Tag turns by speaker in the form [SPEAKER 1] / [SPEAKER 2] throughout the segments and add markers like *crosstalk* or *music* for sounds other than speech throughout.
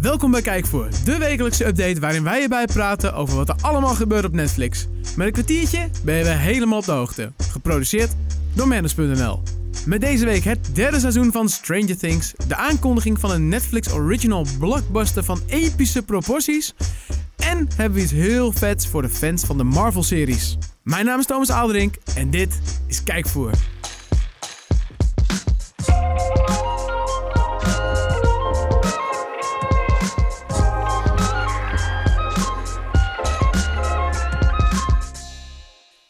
[SPEAKER 1] Welkom bij Kijkvoer, de wekelijkse update waarin wij je bijpraten over wat er allemaal gebeurt op Netflix. Met een kwartiertje ben je weer helemaal op de hoogte. Geproduceerd door Manus.nl. Met deze week het derde seizoen van Stranger Things, de aankondiging van een Netflix original blockbuster van epische proporties en hebben we iets heel vets voor de fans van de Marvel-series. Mijn naam is Thomas Aalderink en dit is Kijkvoer.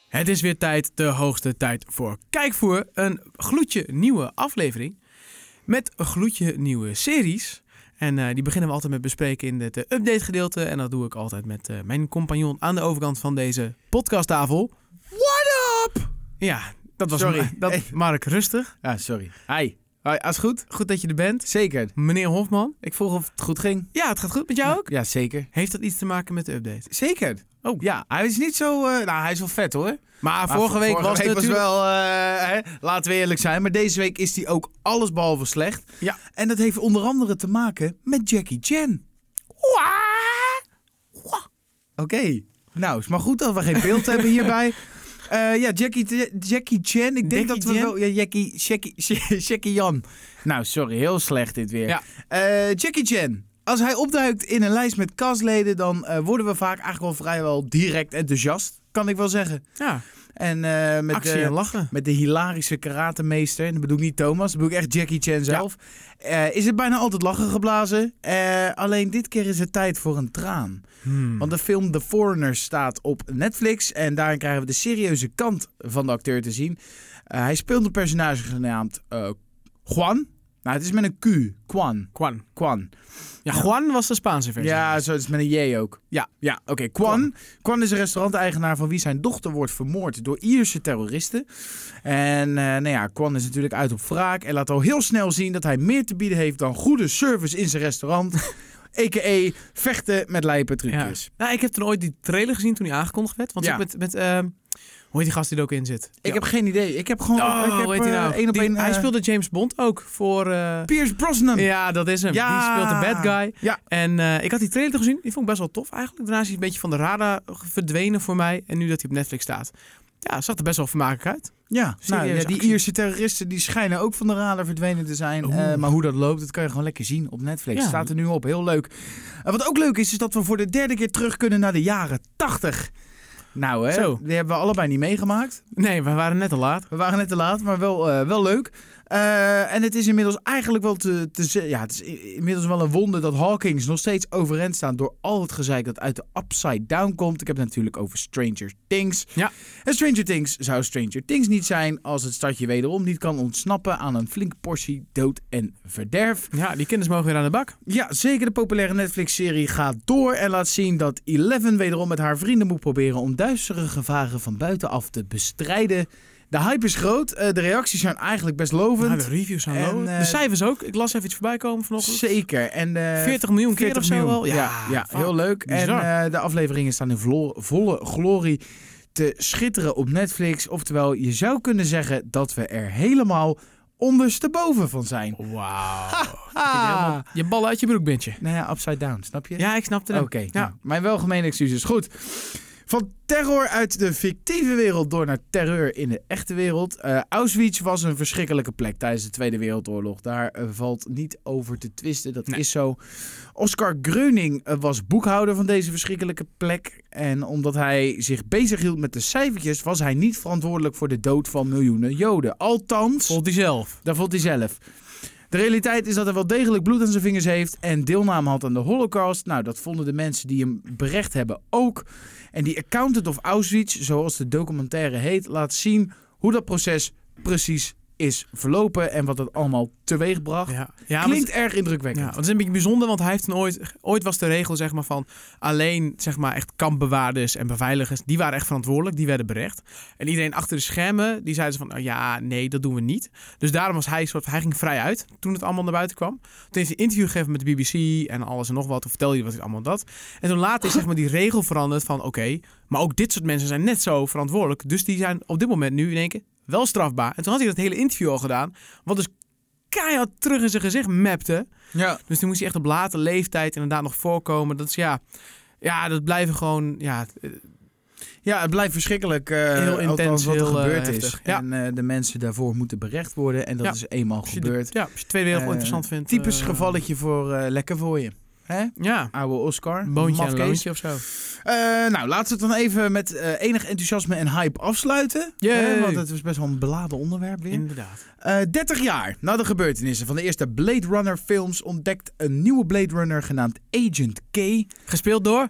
[SPEAKER 1] Het is weer tijd, de hoogste tijd voor Kijkvoer. Een gloedje nieuwe aflevering met gloedje nieuwe series. En eh, die beginnen we altijd met bespreken in het eh, update gedeelte. En dat doe ik altijd met eh, mijn compagnon aan de overkant van deze podcasttafel.
[SPEAKER 2] What up?
[SPEAKER 1] Ja, dat was
[SPEAKER 2] Sorry.
[SPEAKER 1] Ma- dat, Mark Rustig.
[SPEAKER 2] Ah, sorry. Hi. Hi, alles goed?
[SPEAKER 1] Goed dat je er bent.
[SPEAKER 2] Zeker.
[SPEAKER 1] Meneer Hofman.
[SPEAKER 2] Ik vroeg of het goed ging.
[SPEAKER 1] Ja, het gaat goed met jou ook.
[SPEAKER 2] Ja, zeker.
[SPEAKER 1] Heeft dat iets te maken met de update?
[SPEAKER 2] Zeker.
[SPEAKER 1] Oh.
[SPEAKER 2] Ja, hij is niet zo... eh, nou, hij is wel vet hoor.
[SPEAKER 1] Maar,
[SPEAKER 2] Maar
[SPEAKER 1] vorige
[SPEAKER 2] vo-
[SPEAKER 1] week was het natuurlijk...
[SPEAKER 2] wel... eh, hè, laten we eerlijk zijn. Maar deze week is hij ook allesbehalve slecht.
[SPEAKER 1] Ja.
[SPEAKER 2] En dat heeft onder andere te maken met Jackie Chan. Wah! Wah! Oké. Nou, is maar goed dat we geen beeld hebben
[SPEAKER 1] *laughs*
[SPEAKER 2] hierbij. Eh, ja, Jackie, Jackie Chan. Ik denk
[SPEAKER 1] Jackie
[SPEAKER 2] dat we
[SPEAKER 1] Chan?
[SPEAKER 2] wel... Ja, Jackie... Jackie, *laughs* Jackie Jan. Nou, sorry. Heel slecht dit weer.
[SPEAKER 1] Ja.
[SPEAKER 2] Eh, Jackie Chan. Als hij opduikt in een lijst met castleden, dan eh, worden we vaak eigenlijk wel vrijwel direct enthousiast. Kan ik wel zeggen.
[SPEAKER 1] Ja,
[SPEAKER 2] En eh, met,
[SPEAKER 1] actie
[SPEAKER 2] de,
[SPEAKER 1] en lachen.
[SPEAKER 2] met de hilarische karatemeester, en dat bedoel ik niet Thomas, dat bedoel ik echt Jackie Chan zelf, eh, is het bijna altijd lachen geblazen. Eh, alleen dit keer is het tijd voor een traan.
[SPEAKER 1] Hmm.
[SPEAKER 2] Want de film The Foreigner staat op Netflix en daarin krijgen we de serieuze kant van de acteur te zien. Eh, hij speelt een personage genaamd eh Juan. Nou, het is met een Q. Juan.
[SPEAKER 1] Juan.
[SPEAKER 2] Juan.
[SPEAKER 1] Ja, Juan was de Spaanse versie.
[SPEAKER 2] Ja, zo het is met een J ook.
[SPEAKER 1] Ja.
[SPEAKER 2] ja oké. Kwan. Kwan is een restauranteigenaar van wie zijn dochter wordt vermoord door Ierse terroristen. En eh, nou ja, Kwan is natuurlijk uit op wraak en laat al heel snel zien dat hij meer te bieden heeft dan goede service in zijn
[SPEAKER 1] *laughs*
[SPEAKER 2] restaurant. A.k.a. vechten met lijpe trucjes.
[SPEAKER 1] Ja. Nou, ik heb toen ooit die trailer gezien toen die aangekondigd werd. Want
[SPEAKER 2] Ja.
[SPEAKER 1] ik met, met ehm, hoe heet die gast die er ook in zit?
[SPEAKER 2] Ik heb geen idee. Ik heb gewoon...
[SPEAKER 1] Oh,
[SPEAKER 2] ik heb,
[SPEAKER 1] hoe heet hij
[SPEAKER 2] eh,
[SPEAKER 1] nou?
[SPEAKER 2] één op
[SPEAKER 1] Die-
[SPEAKER 2] één,
[SPEAKER 1] hij
[SPEAKER 2] eh,
[SPEAKER 1] speelde James Bond ook voor... eh,
[SPEAKER 2] Pierce Brosnan.
[SPEAKER 1] ja, dat is hem.
[SPEAKER 2] Ja.
[SPEAKER 1] Die speelt de bad guy.
[SPEAKER 2] Ja.
[SPEAKER 1] En eh, ik had die trailer gezien. Die vond ik best wel tof eigenlijk. Daarna is hij een beetje van de radar verdwenen voor mij. En nu dat hij op Netflix staat. Ja, zag er best wel vermakelijk uit.
[SPEAKER 2] Ja, nou,
[SPEAKER 1] Serieus
[SPEAKER 2] ja, die
[SPEAKER 1] actie.
[SPEAKER 2] Ierse terroristen die schijnen ook van de radar verdwenen te zijn.
[SPEAKER 1] Oeh.
[SPEAKER 2] Eh, maar hoe dat loopt, dat kan je gewoon lekker zien op Netflix.
[SPEAKER 1] Ja.
[SPEAKER 2] Staat er nu op, heel leuk. En wat ook leuk is, is dat we voor de derde keer terug kunnen naar de jaren 80. Nou hè,
[SPEAKER 1] Zo.
[SPEAKER 2] die hebben we allebei niet meegemaakt.
[SPEAKER 1] Nee, we waren net al laat.
[SPEAKER 2] We waren net te laat, maar wel, eh, wel leuk. Eh, en het is inmiddels eigenlijk wel te, te ze- Ja, het is i- inmiddels wel een wonder dat Hawkins nog steeds overeind staat door al het gezeik dat uit de Upside Down komt. Ik heb het natuurlijk over Stranger Things.
[SPEAKER 1] Ja.
[SPEAKER 2] En Stranger Things zou Stranger Things niet zijn als het stadje wederom niet kan ontsnappen aan een flinke portie dood en verderf.
[SPEAKER 1] Ja, die kinders mogen weer aan de bak.
[SPEAKER 2] Ja, zeker de populaire Netflix-serie gaat door en laat zien dat Eleven wederom met haar vrienden moet proberen om duistere gevaren van buitenaf te bestrijden. De hype is groot, eh, de reacties zijn eigenlijk best
[SPEAKER 1] Nou,
[SPEAKER 2] lovend.
[SPEAKER 1] de reviews zijn
[SPEAKER 2] En,
[SPEAKER 1] low.
[SPEAKER 2] eh,
[SPEAKER 1] de cijfers ook. Ik las even iets voorbij komen vanochtend.
[SPEAKER 2] Zeker. En, eh,
[SPEAKER 1] 40 miljoen keer
[SPEAKER 2] 40
[SPEAKER 1] of zo
[SPEAKER 2] miljoen.
[SPEAKER 1] wel.
[SPEAKER 2] Ja, ja,
[SPEAKER 1] fuck.
[SPEAKER 2] heel leuk. En
[SPEAKER 1] Bizar.
[SPEAKER 2] eh, de afleveringen staan in vlo- volle glorie te schitteren op Netflix. Oftewel, je zou kunnen zeggen dat we er helemaal ondersteboven van zijn.
[SPEAKER 1] Wauw. Dat je helemaal Je bal uit je broekbindje.
[SPEAKER 2] Nou ja, upside down, snap je?
[SPEAKER 1] Ah. Ja, ik snapte
[SPEAKER 2] Oké,
[SPEAKER 1] hem.
[SPEAKER 2] nou, mijn welgemene excuses. Goed. Van terror uit de fictieve wereld door naar terreur in de echte wereld. Eh, Auschwitz was een verschrikkelijke plek tijdens de Tweede Wereldoorlog. Daar eh, valt niet over te twisten, dat
[SPEAKER 1] Nee.
[SPEAKER 2] is zo. Oscar Gröning eh, was boekhouder van deze verschrikkelijke plek. En omdat hij zich bezighield met de cijfertjes... was hij niet verantwoordelijk voor de dood van miljoenen Joden. Althans...
[SPEAKER 1] Vond hij zelf.
[SPEAKER 2] Daar vond hij zelf. De realiteit is dat hij wel degelijk bloed aan zijn vingers heeft en deelname had aan de Holocaust. Nou, dat vonden de mensen die hem berecht hebben ook. En die accountant of Auschwitz, zoals de documentaire heet, laat zien hoe dat proces precies is verlopen en wat dat allemaal teweegbracht.
[SPEAKER 1] Ja, ja, want-
[SPEAKER 2] Klinkt erg
[SPEAKER 1] ja,
[SPEAKER 2] indrukwekkend.
[SPEAKER 1] want het is een beetje bijzonder, want hij heeft toen ooit... Ooit was de regel zeg maar, van alleen zeg maar, echt kampbewaarders en beveiligers... die waren echt verantwoordelijk, die werden berecht. En iedereen achter de schermen, die zeiden ze van... oh ja, nee, dat doen we niet. Dus daarom was hij soort... Hij ging vrij uit toen het allemaal naar buiten kwam. Toen heeft hij een interview gegeven met de BBC en alles en nog wat. Toen vertelde hij wat hij allemaal dat. En toen later is zeg maar, die regel veranderd van... oké, maar ook dit soort mensen zijn net zo verantwoordelijk. Dus die zijn op dit moment nu in één keer wel strafbaar. En toen had hij dat hele interview al gedaan... wat dus keihard terug in zijn gezicht mapte.
[SPEAKER 2] Ja.
[SPEAKER 1] Dus toen moest hij echt op late leeftijd inderdaad nog voorkomen. Dat is ja, ja dat blijven gewoon, ja, eh,
[SPEAKER 2] ja, het blijft verschrikkelijk eh
[SPEAKER 1] Heel
[SPEAKER 2] althans
[SPEAKER 1] intens,
[SPEAKER 2] wat er
[SPEAKER 1] heel, eh,
[SPEAKER 2] gebeurd is.
[SPEAKER 1] heftig. Ja.
[SPEAKER 2] En eh, de mensen daarvoor moeten berecht worden. En dat
[SPEAKER 1] Ja.
[SPEAKER 2] is eenmaal
[SPEAKER 1] als je de-
[SPEAKER 2] gebeurd.
[SPEAKER 1] ja, als je de Tweede Wereldoorlog
[SPEAKER 2] Eh,
[SPEAKER 1] interessant vindt.
[SPEAKER 2] Typisch
[SPEAKER 1] eh,
[SPEAKER 2] gevalletje voor eh, lekker voor je. Hè?
[SPEAKER 1] Ja,
[SPEAKER 2] Oude Oscar.
[SPEAKER 1] een boontje en een
[SPEAKER 2] mafkees.
[SPEAKER 1] loontje of zo.
[SPEAKER 2] Eh, nou, laten we het dan even met eh, enig enthousiasme en hype afsluiten.
[SPEAKER 1] Yay.
[SPEAKER 2] Eh, want het was best wel een beladen onderwerp weer.
[SPEAKER 1] Inderdaad.
[SPEAKER 2] Eh, 30 jaar na de gebeurtenissen van de eerste Blade Runner films ontdekt een nieuwe Blade Runner genaamd Agent K.
[SPEAKER 1] Gespeeld door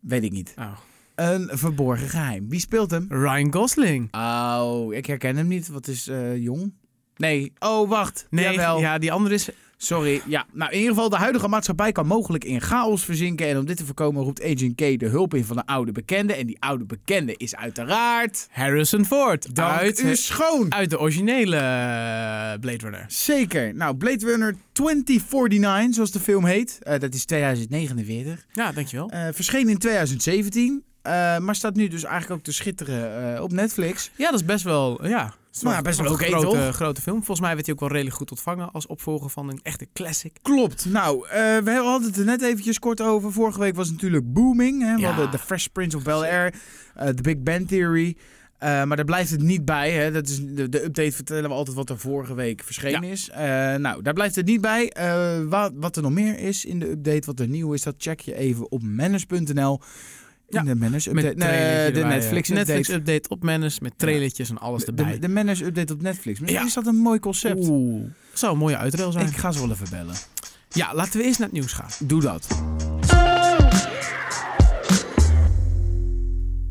[SPEAKER 2] Weet ik niet.
[SPEAKER 1] oh,
[SPEAKER 2] Een verborgen geheim. Wie speelt hem?
[SPEAKER 1] Ryan Gosling.
[SPEAKER 2] Oh, ik herken hem niet. Wat is eh, jong? Nee. Oh, wacht.
[SPEAKER 1] Nee,
[SPEAKER 2] Jawel.
[SPEAKER 1] ja, die andere is
[SPEAKER 2] Sorry. Ja. Nou, in ieder geval, de huidige maatschappij kan mogelijk in chaos verzinken. En om dit te voorkomen roept Agent K de hulp in van een oude bekende. En die oude bekende is uiteraard...
[SPEAKER 1] Harrison Ford.
[SPEAKER 2] Dank
[SPEAKER 1] uit,
[SPEAKER 2] u schoon.
[SPEAKER 1] uit de originele eh, Blade Runner.
[SPEAKER 2] Zeker. Nou, Blade Runner 2049, zoals de film heet. Eh, dat is 2049.
[SPEAKER 1] Ja, dankjewel.
[SPEAKER 2] Eh, verscheen in 2017. eh, maar staat nu dus eigenlijk ook te schitteren eh, op Netflix.
[SPEAKER 1] Ja, dat is best wel, eh, ja.
[SPEAKER 2] Nou ja, best wel
[SPEAKER 1] een
[SPEAKER 2] oké,
[SPEAKER 1] grote,
[SPEAKER 2] toch?
[SPEAKER 1] grote film. Volgens mij werd hij ook wel redelijk goed ontvangen als opvolger van een echte classic.
[SPEAKER 2] Klopt. Nou, eh, we hadden het er net eventjes kort over. Vorige week was het natuurlijk booming. Hè? We
[SPEAKER 1] Ja.
[SPEAKER 2] hadden The Fresh Prince of Bel-Air, eh, The Big Bang Theory. Eh, maar daar blijft het niet bij. Hè? Dat is, de, de update vertellen we altijd wat er vorige week verschenen is. Eh, nou, daar blijft het niet bij. Eh, wa- wat er nog meer is in de update, wat er nieuw is, dat check je even op manners.nl. In
[SPEAKER 1] Ja,
[SPEAKER 2] de Manners
[SPEAKER 1] Met
[SPEAKER 2] update.
[SPEAKER 1] trailertje
[SPEAKER 2] Nee, de
[SPEAKER 1] erbij,
[SPEAKER 2] Netflix
[SPEAKER 1] eh,
[SPEAKER 2] update.
[SPEAKER 1] Netflix update op Manus met trailertjes en alles erbij.
[SPEAKER 2] de, de Manners update op Netflix. Misschien
[SPEAKER 1] Ja.
[SPEAKER 2] is dat een mooi concept.
[SPEAKER 1] Oeh, dat zou een mooie uitrail zijn.
[SPEAKER 2] Ik ga ze wel even bellen.
[SPEAKER 1] Ja, laten we eerst naar het nieuws gaan.
[SPEAKER 2] Doe dat.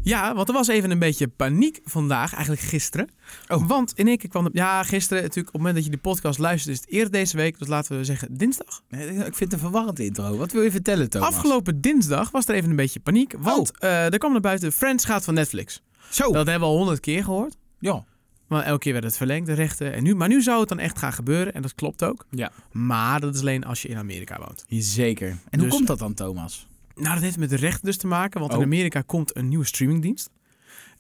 [SPEAKER 1] Ja, want er was even een beetje paniek vandaag, eigenlijk gisteren.
[SPEAKER 2] Oh.
[SPEAKER 1] Want in één keer kwam de... Ja, gisteren natuurlijk, op het moment dat je die podcast luistert, is het eerder deze week. Dus laten we zeggen dinsdag.
[SPEAKER 2] Eh, Ik vind het een verwarrend intro. Wat wil je vertellen, Thomas?
[SPEAKER 1] Afgelopen dinsdag was er even een beetje paniek. Want
[SPEAKER 2] Oh.
[SPEAKER 1] eh, er kwam naar buiten, Friends gaat van Netflix.
[SPEAKER 2] Zo.
[SPEAKER 1] Dat hebben we al honderd keer gehoord.
[SPEAKER 2] ja.
[SPEAKER 1] Maar elke keer werd het verlengd, de rechten. En nu, maar nu zou het dan echt gaan gebeuren. En dat klopt ook.
[SPEAKER 2] Ja.
[SPEAKER 1] Maar dat is alleen als je in Amerika woont.
[SPEAKER 2] Zeker. En hoe
[SPEAKER 1] Dus-
[SPEAKER 2] komt dat dan, Thomas?
[SPEAKER 1] Nou, dat heeft met de rechten dus te maken. Want
[SPEAKER 2] Oh.
[SPEAKER 1] in Amerika komt een nieuwe streamingdienst.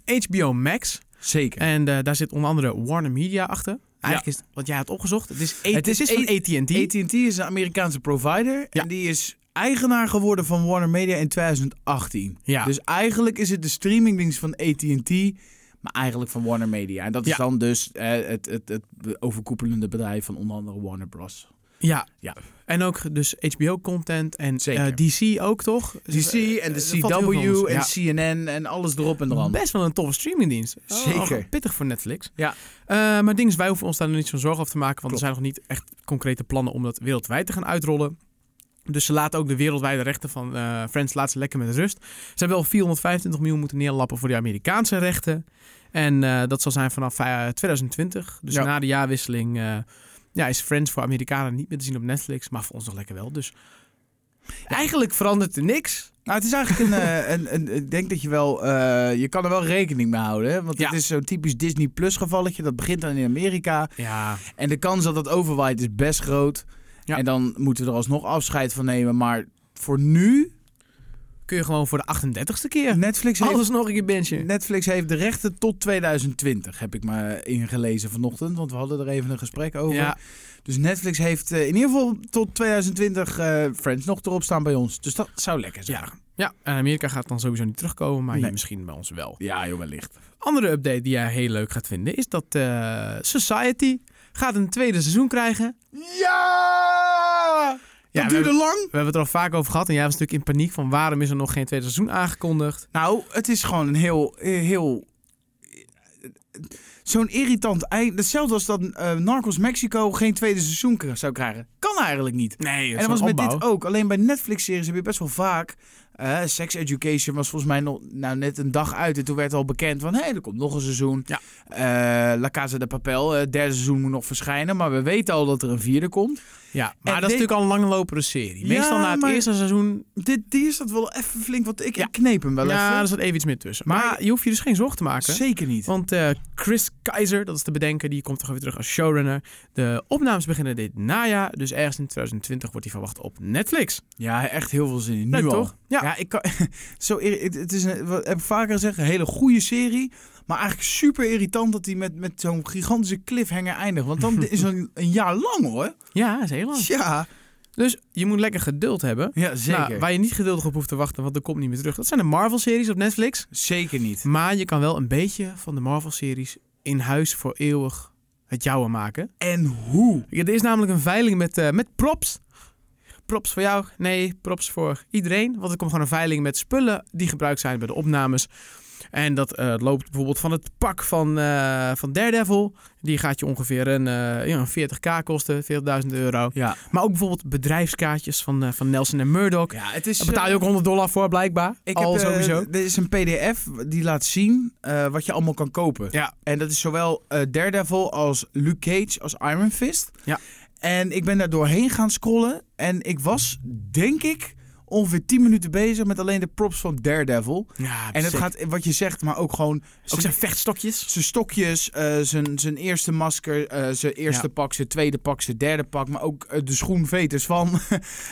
[SPEAKER 1] HBO Max.
[SPEAKER 2] Zeker.
[SPEAKER 1] En eh, daar zit onder andere Warner Media achter. Eigenlijk is het, want jij had opgezocht. Het is, A-
[SPEAKER 2] Het
[SPEAKER 1] het
[SPEAKER 2] is
[SPEAKER 1] is, van AT&T.
[SPEAKER 2] AT&T is een Amerikaanse provider.
[SPEAKER 1] Ja.
[SPEAKER 2] En die is eigenaar geworden van Warner Media in 2018.
[SPEAKER 1] Ja.
[SPEAKER 2] Dus eigenlijk is het de streamingdienst van AT&T... maar eigenlijk van Warner Media. En dat is
[SPEAKER 1] Ja.
[SPEAKER 2] dan dus eh, het, het, het overkoepelende bedrijf van onder andere Warner Bros.
[SPEAKER 1] ja.
[SPEAKER 2] Ja.
[SPEAKER 1] En ook dus HBO-content en
[SPEAKER 2] Zeker.
[SPEAKER 1] eh, DC ook, toch?
[SPEAKER 2] DC en de
[SPEAKER 1] Eh, er valt heel veel
[SPEAKER 2] CW
[SPEAKER 1] onder.
[SPEAKER 2] en
[SPEAKER 1] Ja.
[SPEAKER 2] CNN en alles erop en eraan.
[SPEAKER 1] Best wel een toffe streamingdienst.
[SPEAKER 2] Zeker.
[SPEAKER 1] Oh, pittig voor Netflix.
[SPEAKER 2] Ja.
[SPEAKER 1] Eh, maar het ding is, wij hoeven ons daar nog niet zo'n zorgen over te maken. Want
[SPEAKER 2] Klopt.
[SPEAKER 1] er zijn nog niet echt concrete plannen om dat wereldwijd te gaan uitrollen. Dus ze laten ook de wereldwijde rechten van eh, Friends laten ze lekker met rust. Ze hebben wel 425 miljoen moeten neerlappen voor de Amerikaanse rechten. En eh, dat zal zijn vanaf eh, 2020. Dus
[SPEAKER 2] Ja.
[SPEAKER 1] na de jaarwisseling eh, ja, is Friends voor Amerikanen niet meer te zien op Netflix. Maar voor ons nog lekker wel. Dus eigenlijk verandert er niks.
[SPEAKER 2] Nou, het is eigenlijk een, eh, een, een- Ik denk dat je wel. eh, je kan er wel rekening mee houden. Hè? Want
[SPEAKER 1] Ja.
[SPEAKER 2] het is zo'n typisch Disney Plus gevalletje. Dat begint dan in Amerika.
[SPEAKER 1] Ja,
[SPEAKER 2] En de kans dat dat overwaait is best groot.
[SPEAKER 1] Ja.
[SPEAKER 2] En dan moeten we er alsnog afscheid van nemen. Maar voor nu.
[SPEAKER 1] kun je gewoon voor de 38ste keer.
[SPEAKER 2] Netflix heeft,
[SPEAKER 1] Alles nog een keer benchen.
[SPEAKER 2] Netflix heeft de rechten tot 2020. Heb ik maar ingelezen vanochtend. Want we hadden er even een gesprek over.
[SPEAKER 1] Ja.
[SPEAKER 2] Dus Netflix heeft eh, in ieder geval tot 2020 eh, Friends nog erop staan bij ons. Dus dat zou lekker zijn.
[SPEAKER 1] Ja. ja, en Amerika gaat dan sowieso niet terugkomen, maar hier
[SPEAKER 2] Nee.
[SPEAKER 1] misschien bij ons wel.
[SPEAKER 2] Ja, joh, wellicht.
[SPEAKER 1] Andere update die jij heel leuk gaat vinden is dat eh, Society gaat een tweede seizoen krijgen.
[SPEAKER 2] Ja!
[SPEAKER 1] Ja,
[SPEAKER 2] dat
[SPEAKER 1] we,
[SPEAKER 2] duurde
[SPEAKER 1] hebben,
[SPEAKER 2] lang.
[SPEAKER 1] we hebben het er al vaak over gehad en jij was natuurlijk in paniek van waarom is er nog geen tweede seizoen aangekondigd.
[SPEAKER 2] Nou, het is gewoon een heel, heel... Zo'n irritant eind. Hetzelfde als dat eh, Narcos Mexico geen tweede seizoen k- zou krijgen. Kan eigenlijk niet.
[SPEAKER 1] Nee,
[SPEAKER 2] en dat was met dit ook. Alleen bij Netflix-series heb je best wel vaak... eh, Sex Education was volgens mij nog nou, net een dag uit. En toen werd al bekend van... Hé, hey, er komt nog een seizoen.
[SPEAKER 1] Ja.
[SPEAKER 2] Eh, La Casa de Papel. eh, derde seizoen moet nog verschijnen. Maar we weten al dat er een vierde komt.
[SPEAKER 1] Ja, maar dat is
[SPEAKER 2] En dit-
[SPEAKER 1] natuurlijk al een langlopende serie.
[SPEAKER 2] Ja,
[SPEAKER 1] Meestal na het
[SPEAKER 2] maar-
[SPEAKER 1] eerste seizoen,
[SPEAKER 2] Dit, die is dat wel even flink. Want ik,
[SPEAKER 1] Ja.
[SPEAKER 2] ik kneep hem wel
[SPEAKER 1] ja,
[SPEAKER 2] even.
[SPEAKER 1] er zat even iets meer tussen. Maar,
[SPEAKER 2] Maar-
[SPEAKER 1] je hoeft je dus geen zorgen te maken.
[SPEAKER 2] Zeker niet.
[SPEAKER 1] Want eh, Chris Keizer, dat is de bedenker, die komt toch weer terug als showrunner. De opnames beginnen dit najaar, dus ergens in 2020 wordt hij verwacht op Netflix.
[SPEAKER 2] Ja, echt heel veel zin in.
[SPEAKER 1] Leuk
[SPEAKER 2] nu al.
[SPEAKER 1] toch? Ja.
[SPEAKER 2] Ja, ik kan, *laughs* zo, ir- het, het is, een, wat heb ik vaker gezegd, een hele goede serie. Maar eigenlijk super irritant dat hij met, met zo'n gigantische cliffhanger eindigt. Want dan is het *laughs* een, een jaar lang hoor.
[SPEAKER 1] Ja, is heel lang.
[SPEAKER 2] Oh. Ja,
[SPEAKER 1] Dus je moet lekker geduld hebben.
[SPEAKER 2] ja zeker.
[SPEAKER 1] Nou, waar je niet geduldig op hoeft te wachten, want er komt niet meer terug. Dat zijn de Marvel-series op Netflix.
[SPEAKER 2] Zeker niet.
[SPEAKER 1] Maar je kan wel een beetje van de Marvel-series in huis voor eeuwig het jouwe maken.
[SPEAKER 2] En hoe?
[SPEAKER 1] Ja, er is namelijk een veiling met, eh, met props. Props voor jou? Nee, props voor iedereen. Want er komt gewoon een veiling met spullen die gebruikt zijn bij de opnames. En dat eh, loopt bijvoorbeeld van het pak van, eh, van Daredevil. Die gaat je ongeveer een, eh, ja, een 40k kosten, 40.000 euro.
[SPEAKER 2] Ja,
[SPEAKER 1] Maar ook bijvoorbeeld bedrijfskaartjes van, eh, van Nelson en Murdoch.
[SPEAKER 2] ja het is...
[SPEAKER 1] Daar betaal je ook 100 dollar voor, blijkbaar.
[SPEAKER 2] Ik
[SPEAKER 1] Al
[SPEAKER 2] heb, eh,
[SPEAKER 1] sowieso.
[SPEAKER 2] d- Er is een pdf die laat zien eh, wat je allemaal kan kopen.
[SPEAKER 1] Ja.
[SPEAKER 2] En dat is zowel eh, Daredevil als Luke Cage als Iron Fist.
[SPEAKER 1] Ja.
[SPEAKER 2] En ik ben daar doorheen gaan scrollen. En ik was, denk ik, ongeveer 10 minuten bezig met alleen de props van Daredevil.
[SPEAKER 1] ja,
[SPEAKER 2] En het gaat, wat je zegt, maar ook gewoon...
[SPEAKER 1] ook zijn vechtstokjes.
[SPEAKER 2] Zijn stokjes, eh, zijn, zijn eerste masker, eh, zijn eerste
[SPEAKER 1] Ja.
[SPEAKER 2] pak, zijn tweede pak, zijn derde pak. Maar ook eh, de schoenveters van. *laughs*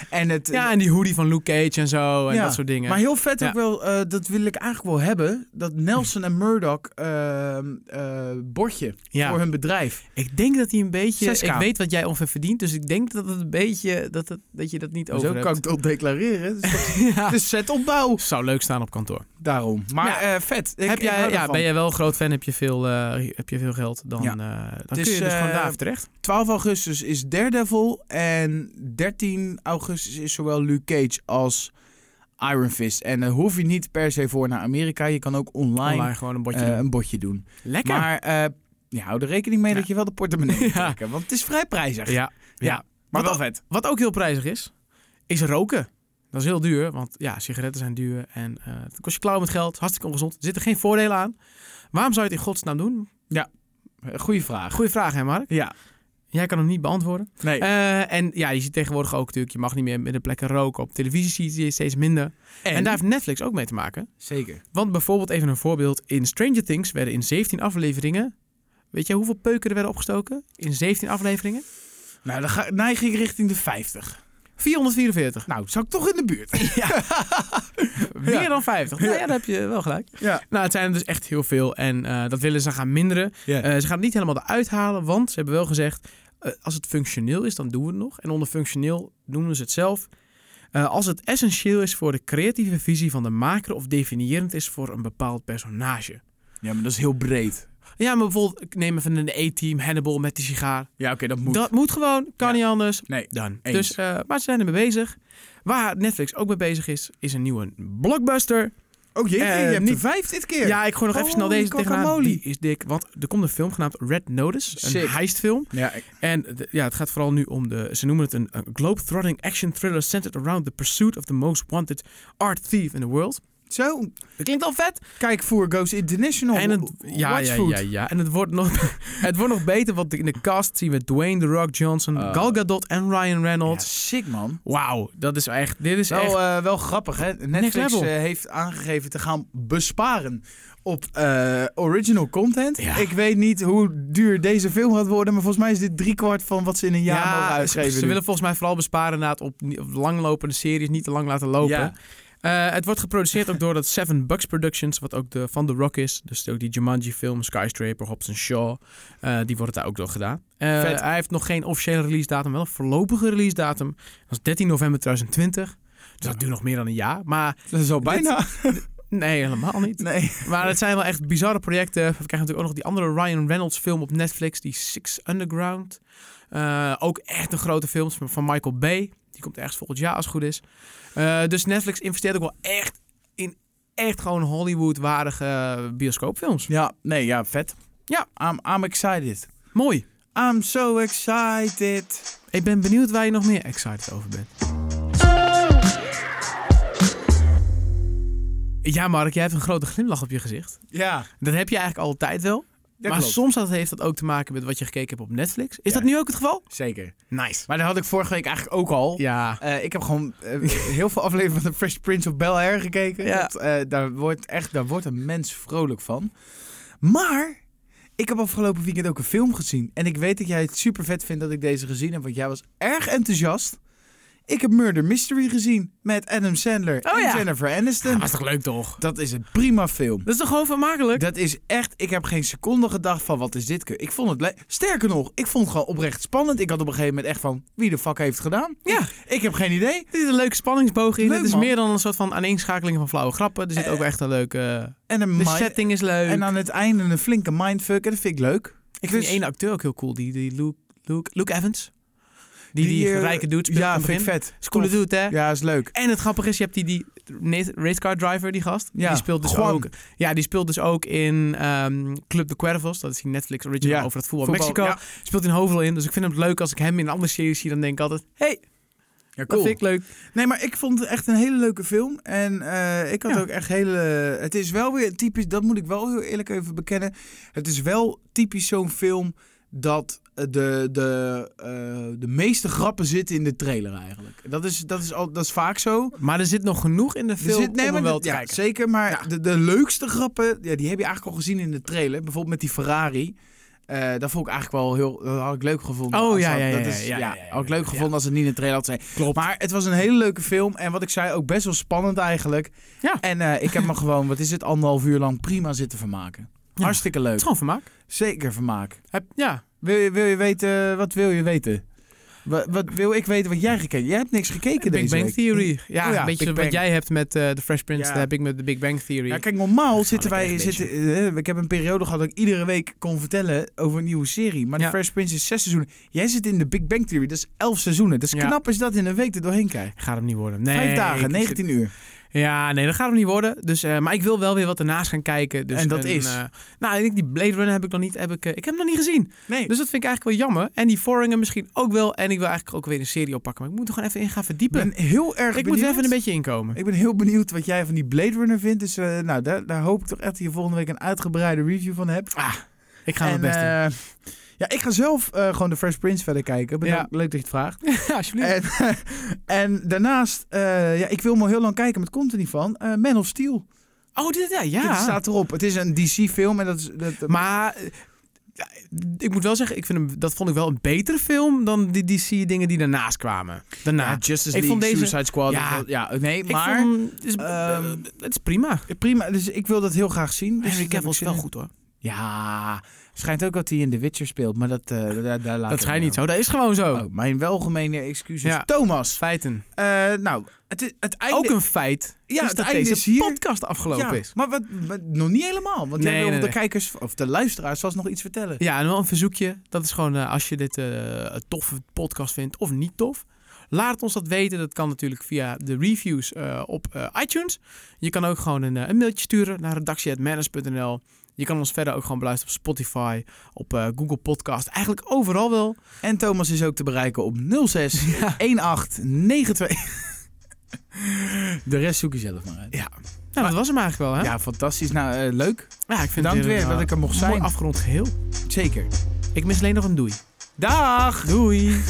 [SPEAKER 2] en het,
[SPEAKER 1] Ja, en die hoodie van Luke Cage en zo. En
[SPEAKER 2] Ja,
[SPEAKER 1] dat soort dingen.
[SPEAKER 2] Maar heel vet
[SPEAKER 1] Ja.
[SPEAKER 2] ook wel, eh, dat wil ik eigenlijk wel hebben, dat Nelson en Murdoch ehm, eh, bordje
[SPEAKER 1] ja.
[SPEAKER 2] voor hun bedrijf.
[SPEAKER 1] Ik denk dat hij een beetje.
[SPEAKER 2] 6K.
[SPEAKER 1] Ik weet wat jij ongeveer verdient, dus ik denk dat het een beetje. dat, het, dat je dat niet over.
[SPEAKER 2] Zo kan ik het al declareren. Dus dat-
[SPEAKER 1] *laughs* ja.
[SPEAKER 2] Het is set opbouw.
[SPEAKER 1] Zou leuk staan op kantoor.
[SPEAKER 2] Daarom. Maar
[SPEAKER 1] Ja.
[SPEAKER 2] eh, vet. Ik-
[SPEAKER 1] heb
[SPEAKER 2] ik hou
[SPEAKER 1] jij, ja,
[SPEAKER 2] daarvan.
[SPEAKER 1] ben jij wel een groot fan? Heb je veel, eh, heb je veel geld? Dan,
[SPEAKER 2] Ja.
[SPEAKER 1] eh, dan
[SPEAKER 2] is,
[SPEAKER 1] kun je dus
[SPEAKER 2] eh,
[SPEAKER 1] gewoon daar terecht.
[SPEAKER 2] 12 augustus is Daredevil en 13 augustus is zowel Luke Cage als Iron Fist. En daar hoef je niet per se voor naar Amerika. Je kan ook online,
[SPEAKER 1] Online gewoon een bordje.
[SPEAKER 2] eh,
[SPEAKER 1] doen.
[SPEAKER 2] een bordje doen.
[SPEAKER 1] Lekker.
[SPEAKER 2] Maar eh, ja, hou er rekening mee
[SPEAKER 1] Ja.
[SPEAKER 2] dat je wel de portemonnee moet
[SPEAKER 1] Ja.
[SPEAKER 2] trekken, want het is vrij prijzig.
[SPEAKER 1] ja, ja.
[SPEAKER 2] Maar
[SPEAKER 1] Wat
[SPEAKER 2] wel vet.
[SPEAKER 1] Wat ook heel prijzig is, is roken. Dat is heel duur, want ja, sigaretten zijn duur en eh, het kost je klauw met geld. Hartstikke ongezond. Er zitten geen voordelen aan. Waarom zou je het in godsnaam doen?
[SPEAKER 2] Goeie vraag.
[SPEAKER 1] Goeie vraag, hè, Mark?
[SPEAKER 2] Ja.
[SPEAKER 1] Jij kan hem niet beantwoorden.
[SPEAKER 2] Nee.
[SPEAKER 1] Eh, en ja, je ziet tegenwoordig ook natuurlijk, je mag niet meer met de plekken roken. Op televisie zie je het steeds minder. En, daar heeft Netflix ook mee te maken.
[SPEAKER 2] Zeker.
[SPEAKER 1] Want bijvoorbeeld even een voorbeeld. In Stranger Things werden in 17 afleveringen... Weet jij hoeveel peuken er werden opgestoken? In 17 afleveringen?
[SPEAKER 2] Nou, dan ga, neig ik richting de 50.
[SPEAKER 1] 444.
[SPEAKER 2] Nou, zou ik toch in de buurt.
[SPEAKER 1] Meer dan 50. Nou ja, daar heb je wel gelijk.
[SPEAKER 2] Ja.
[SPEAKER 1] Nou, het zijn er dus echt heel veel. En eh, dat willen ze gaan minderen.
[SPEAKER 2] Ja.
[SPEAKER 1] Eh, ze gaan het niet helemaal eruit halen, want ze hebben wel gezegd... eh, als het functioneel is, dan doen we het nog. En onder functioneel noemen ze het zelf. eh, als het essentieel is voor de creatieve visie van de maker... of definiërend is voor een bepaald personage.
[SPEAKER 2] ja, maar dat is heel breed.
[SPEAKER 1] Ja, maar bijvoorbeeld, ik neem even een E-team, Hannibal met die sigaar.
[SPEAKER 2] Ja, oké, dat moet.
[SPEAKER 1] Dat moet gewoon, kan
[SPEAKER 2] Ja.
[SPEAKER 1] niet anders.
[SPEAKER 2] Nee,
[SPEAKER 1] Dan.
[SPEAKER 2] eens.
[SPEAKER 1] Dus, eh, maar ze zijn ermee bezig. Waar Netflix ook mee bezig is, is een nieuwe blockbuster.
[SPEAKER 2] Oh jee,
[SPEAKER 1] Eh,
[SPEAKER 2] je hebt
[SPEAKER 1] niet-
[SPEAKER 2] er vijf dit keer.
[SPEAKER 1] Ja, ik gooi nog even snel
[SPEAKER 2] Holy
[SPEAKER 1] deze tegenaan.
[SPEAKER 2] guacamole.
[SPEAKER 1] Die is dik, want er komt een film genaamd Red Notice. Een
[SPEAKER 2] Sick.
[SPEAKER 1] heistfilm.
[SPEAKER 2] ja ik-
[SPEAKER 1] En de- ja, het gaat vooral nu om de... Ze noemen het een, een globe-trotting action thriller... centered around the pursuit of the most wanted art thief in the world.
[SPEAKER 2] zo.
[SPEAKER 1] Dat klinkt al vet.
[SPEAKER 2] Kijk, Voer Goes International.
[SPEAKER 1] En het, ja, ja, ja, ja. En het wordt nog, *laughs* het wordt nog beter, want in de cast zien we Dwayne The Rock Johnson...
[SPEAKER 2] Oh.
[SPEAKER 1] Gal Gadot en Ryan Reynolds.
[SPEAKER 2] Sick, man.
[SPEAKER 1] Wauw, dat is echt... Dit is
[SPEAKER 2] Wel,
[SPEAKER 1] echt...
[SPEAKER 2] eh, wel grappig, hè? Netflix
[SPEAKER 1] level.
[SPEAKER 2] eh, heeft aangegeven te gaan besparen op eh, original content.
[SPEAKER 1] Ja.
[SPEAKER 2] Ik weet niet hoe duur deze film gaat worden, maar volgens mij is dit driekwart van wat ze in een jaar mogen
[SPEAKER 1] ze,
[SPEAKER 2] uitgeven.
[SPEAKER 1] ze
[SPEAKER 2] nu.
[SPEAKER 1] willen volgens mij vooral besparen na het op, op langlopende series niet te lang laten lopen.
[SPEAKER 2] Ja.
[SPEAKER 1] Eh, het wordt geproduceerd ook door dat Seven Bucks Productions, wat ook de, van The Rock is. Dus ook die Jumanji-film, Skyscraper, Hobbs Shaw. eh, die wordt daar ook door gedaan. Eh,
[SPEAKER 2] Vet.
[SPEAKER 1] Hij heeft nog geen officiële release-datum, wel een voorlopige release-datum. Dat is 13 november 2020. Dus dat duurt nog meer dan een jaar. Maar
[SPEAKER 2] Dat is al bijna.
[SPEAKER 1] nee, helemaal niet.
[SPEAKER 2] *laughs* Nee.
[SPEAKER 1] Maar het zijn wel echt bizarre projecten. We krijgen natuurlijk ook nog die andere Ryan Reynolds film op Netflix, die Six Underground. Eh, ook echt een grote film van van Michael Bay. Die komt ergens volgend jaar als het goed is. Eh, dus Netflix investeert ook wel echt in echt gewoon Hollywood-waardige bioscoopfilms.
[SPEAKER 2] Ja, nee, ja, vet.
[SPEAKER 1] Ja.
[SPEAKER 2] I'm, I'm excited.
[SPEAKER 1] Mooi.
[SPEAKER 2] I'm so excited.
[SPEAKER 1] Ik ben benieuwd waar je nog meer excited over bent. Ja, Mark, jij hebt een grote glimlach op je gezicht.
[SPEAKER 2] Ja,
[SPEAKER 1] Dat heb je eigenlijk altijd wel.
[SPEAKER 2] dat
[SPEAKER 1] maar
[SPEAKER 2] klopt.
[SPEAKER 1] soms dat heeft dat ook te maken met wat je gekeken hebt op Netflix. Is
[SPEAKER 2] Ja.
[SPEAKER 1] dat nu ook het geval?
[SPEAKER 2] Zeker.
[SPEAKER 1] Nice.
[SPEAKER 2] Maar dat had ik vorige week eigenlijk ook al.
[SPEAKER 1] Ja.
[SPEAKER 2] Eh, ik heb gewoon eh, heel veel *laughs* afleveringen van The Fresh Prince of Bel-Air gekeken.
[SPEAKER 1] Ja.
[SPEAKER 2] Dat, eh, daar, wordt echt, daar wordt een mens vrolijk van. Maar ik heb afgelopen weekend ook een film gezien. En ik weet dat jij het super vet vindt dat ik deze gezien heb. Want jij was erg enthousiast. Ik heb Murder Mystery gezien met Adam Sandler
[SPEAKER 1] Oh
[SPEAKER 2] en
[SPEAKER 1] ja.
[SPEAKER 2] Jennifer Aniston.
[SPEAKER 1] Dat was toch leuk, toch?
[SPEAKER 2] Dat is een prima film.
[SPEAKER 1] Dat is toch gewoon vermakelijk?
[SPEAKER 2] Dat is echt, ik heb geen seconde gedacht van wat is dit? keur. Ik vond het le- Sterker nog, ik vond het gewoon oprecht spannend. Ik had op een gegeven moment echt van, wie de fuck heeft het gedaan?
[SPEAKER 1] Ja.
[SPEAKER 2] Ik heb geen idee.
[SPEAKER 1] Er zit een leuke spanningsboog in.
[SPEAKER 2] Leuk,
[SPEAKER 1] het is
[SPEAKER 2] man.
[SPEAKER 1] meer dan een soort van aaneenschakeling van flauwe grappen. Er zit ook echt een leuke...
[SPEAKER 2] En, een
[SPEAKER 1] De
[SPEAKER 2] mi-
[SPEAKER 1] setting is leuk.
[SPEAKER 2] en aan het einde een flinke mindfuck. En dat vind ik leuk.
[SPEAKER 1] ik vind
[SPEAKER 2] dus-
[SPEAKER 1] die ene acteur ook heel cool. Die, die Luke, Luke, Luke Evans. Die die,
[SPEAKER 2] eh,
[SPEAKER 1] rijke dude speelt.
[SPEAKER 2] Ja,
[SPEAKER 1] aan het
[SPEAKER 2] vind ik
[SPEAKER 1] begin.
[SPEAKER 2] vet.
[SPEAKER 1] Is een coole
[SPEAKER 2] Tof.
[SPEAKER 1] dude, hè?
[SPEAKER 2] Ja, is leuk.
[SPEAKER 1] En het grappige is, je hebt die, die Nate- racecar driver, die gast.
[SPEAKER 2] Ja,
[SPEAKER 1] die speelt dus
[SPEAKER 2] Juan.
[SPEAKER 1] ook. Ja, die speelt dus ook in ehm, Club de Cuervos. Dat is die Netflix original
[SPEAKER 2] Ja,
[SPEAKER 1] over het voetbal, in
[SPEAKER 2] voetbal,
[SPEAKER 1] Mexico. Speelt in Hovel in. Dus ik vind het leuk als ik hem in een andere serie zie. Dan denk ik altijd, hey,
[SPEAKER 2] Ja,
[SPEAKER 1] dat vind ik leuk.
[SPEAKER 2] Nee, maar ik vond het echt een hele leuke film. En eh, ik had
[SPEAKER 1] Ja.
[SPEAKER 2] ook echt hele... Het is wel weer typisch, dat moet ik wel heel eerlijk even bekennen. Het is wel typisch zo'n film dat eh, de, de, eh, de meeste grappen zitten in de trailer eigenlijk. Dat is, dat is, al, dat is vaak zo.
[SPEAKER 1] Maar er zit nog genoeg in de
[SPEAKER 2] Er
[SPEAKER 1] film om
[SPEAKER 2] maar
[SPEAKER 1] hem wel
[SPEAKER 2] dat-
[SPEAKER 1] te
[SPEAKER 2] ja,
[SPEAKER 1] kijken.
[SPEAKER 2] Zeker, maar
[SPEAKER 1] Ja.
[SPEAKER 2] de, de leukste grappen, ja, die heb je eigenlijk al gezien in de trailer. Bijvoorbeeld met die Ferrari. Eh dat vond ik eigenlijk wel heel... Dat had ik leuk gevonden.
[SPEAKER 1] Oh,
[SPEAKER 2] als
[SPEAKER 1] ja,
[SPEAKER 2] dat-
[SPEAKER 1] ja, ja,
[SPEAKER 2] dat is-
[SPEAKER 1] ja, ja, ja,
[SPEAKER 2] had ik
[SPEAKER 1] ja,
[SPEAKER 2] leuk
[SPEAKER 1] ja.
[SPEAKER 2] gevonden als het niet in de trailer had zijn.
[SPEAKER 1] Klopt.
[SPEAKER 2] Maar het was een hele leuke film. En wat ik zei, ook best wel spannend eigenlijk.
[SPEAKER 1] Ja.
[SPEAKER 2] En eh, ik heb me gewoon, wat is het, anderhalf uur lang prima zitten vermaken.
[SPEAKER 1] Ja.
[SPEAKER 2] Hartstikke
[SPEAKER 1] het
[SPEAKER 2] leuk.
[SPEAKER 1] is gewoon vermaak.
[SPEAKER 2] Zeker vermaak.
[SPEAKER 1] Heb, ja,
[SPEAKER 2] Wil je, wil je weten, wat wil je weten? Wat, wat wil ik weten wat jij gekeken Jij hebt niks gekeken
[SPEAKER 1] Big
[SPEAKER 2] deze
[SPEAKER 1] Bang
[SPEAKER 2] week.
[SPEAKER 1] Theory. Ja,
[SPEAKER 2] Oh ja,
[SPEAKER 1] een beetje
[SPEAKER 2] Big
[SPEAKER 1] wat
[SPEAKER 2] Bang.
[SPEAKER 1] jij hebt met eh The Fresh Prince,
[SPEAKER 2] Ja.
[SPEAKER 1] dat heb ik met de Big Bang Theory.
[SPEAKER 2] Ja, Nou, kijk, normaal
[SPEAKER 1] Dat
[SPEAKER 2] zitten
[SPEAKER 1] kan ik
[SPEAKER 2] wij...
[SPEAKER 1] echt
[SPEAKER 2] Zitten, eh, ik heb een periode gehad dat ik iedere week kon vertellen over een nieuwe serie. Maar
[SPEAKER 1] Ja.
[SPEAKER 2] de Fresh Prince is zes seizoenen. Jij zit in de Big Bang Theory, dat is elf seizoenen. Dat is
[SPEAKER 1] Ja.
[SPEAKER 2] knap als je dat in een week er doorheen krijgt.
[SPEAKER 1] gaat hem niet worden. Nee,
[SPEAKER 2] Vijf dagen,
[SPEAKER 1] ik-
[SPEAKER 2] 19 uur.
[SPEAKER 1] Ja, nee, dat gaat hem niet worden. Dus, eh, maar ik wil wel weer wat ernaast gaan kijken. Dus
[SPEAKER 2] En dat is?
[SPEAKER 1] eh, nou, ik denk die Blade Runner heb ik nog niet, heb ik, eh, ik heb hem nog niet gezien.
[SPEAKER 2] Nee.
[SPEAKER 1] Dus dat vind ik eigenlijk wel jammer. En die Foreigner misschien ook wel. En ik wil eigenlijk ook weer een serie oppakken. Maar ik moet er gewoon even in gaan verdiepen.
[SPEAKER 2] ik ben heel erg
[SPEAKER 1] ik moet er
[SPEAKER 2] benieuwd.
[SPEAKER 1] even een beetje inkomen.
[SPEAKER 2] Ik ben heel benieuwd wat jij van die Blade Runner vindt. Dus eh, nou, daar, daar hoop ik toch echt dat je volgende week een uitgebreide review van hebt.
[SPEAKER 1] Ah, Ik ga mijn
[SPEAKER 2] En,
[SPEAKER 1] best doen.
[SPEAKER 2] eh, ja, ik ga zelf eh, gewoon de Fresh Prince verder kijken. Bedankt, Leuk dat je het vraagt.
[SPEAKER 1] Ja, *laughs* alsjeblieft.
[SPEAKER 2] En, *laughs* en daarnaast, eh, ja, ik wil hem al heel lang kijken, maar het komt er niet van. Eh Man of Steel.
[SPEAKER 1] oh, dit, ja, ja.
[SPEAKER 2] Het staat erop. Het is een DC-film en dat is... Dat, dat-
[SPEAKER 1] Maar eh, ja, ik moet wel zeggen, ik vind hem, dat vond ik wel een betere film dan die DC-dingen die daarnaast kwamen. Daarna.
[SPEAKER 2] ja, Justice
[SPEAKER 1] ik vond deze-
[SPEAKER 2] Squad.
[SPEAKER 1] Ja.
[SPEAKER 2] Ja, nee,
[SPEAKER 1] Ik
[SPEAKER 2] maar...
[SPEAKER 1] vond- het, is,
[SPEAKER 2] ehm,
[SPEAKER 1] eh, het is prima.
[SPEAKER 2] Prima, dus ik wil dat heel graag zien. Dus
[SPEAKER 1] Henry
[SPEAKER 2] daar heb
[SPEAKER 1] Cavill
[SPEAKER 2] ik
[SPEAKER 1] is
[SPEAKER 2] zin
[SPEAKER 1] wel
[SPEAKER 2] in.
[SPEAKER 1] goed hoor.
[SPEAKER 2] Ja, schijnt ook dat hij in The Witcher speelt, maar dat, eh, daar, daar laten we
[SPEAKER 1] Dat schijnt
[SPEAKER 2] maar.
[SPEAKER 1] niet zo. Dat is gewoon zo.
[SPEAKER 2] Oh, mijn welgemene excuses.
[SPEAKER 1] Ja.
[SPEAKER 2] Thomas.
[SPEAKER 1] Feiten.
[SPEAKER 2] eh, nou, het, is, het einde...
[SPEAKER 1] Ook een feit
[SPEAKER 2] ja,
[SPEAKER 1] is
[SPEAKER 2] het
[SPEAKER 1] dat
[SPEAKER 2] einde
[SPEAKER 1] deze
[SPEAKER 2] is hier.
[SPEAKER 1] podcast afgelopen
[SPEAKER 2] ja,
[SPEAKER 1] is.
[SPEAKER 2] Maar wat, wat- nog niet helemaal. Want jij
[SPEAKER 1] Nee,
[SPEAKER 2] wil
[SPEAKER 1] nee,
[SPEAKER 2] de
[SPEAKER 1] nee.
[SPEAKER 2] kijkers of de luisteraars vast nog iets vertellen.
[SPEAKER 1] Ja, en wel een verzoekje. Dat is gewoon eh, als je dit eh, een toffe podcast vindt of niet tof. Laat ons dat weten. Dat kan natuurlijk via de reviews eh, op eh, iTunes. Je kan ook gewoon een, eh, een mailtje sturen naar redactie.manners.nl. Je kan ons verder ook gewoon beluisteren op Spotify, op eh, Google Podcast. Eigenlijk overal wel.
[SPEAKER 2] En Thomas is ook te bereiken op 06 *laughs* 1892. De rest zoek je zelf maar uit.
[SPEAKER 1] Ja, nou, dat was hem eigenlijk wel. Hè?
[SPEAKER 2] Ah. Ja, fantastisch. Nou, eh, leuk.
[SPEAKER 1] Ja, ik vind
[SPEAKER 2] Bedankt
[SPEAKER 1] het
[SPEAKER 2] weer
[SPEAKER 1] een,
[SPEAKER 2] dat
[SPEAKER 1] eh,
[SPEAKER 2] ik er mocht
[SPEAKER 1] mooi
[SPEAKER 2] zijn.
[SPEAKER 1] afgerond geheel.
[SPEAKER 2] nou Zeker.
[SPEAKER 1] Ik mis alleen nog een doei.
[SPEAKER 2] Dag!
[SPEAKER 1] Doei!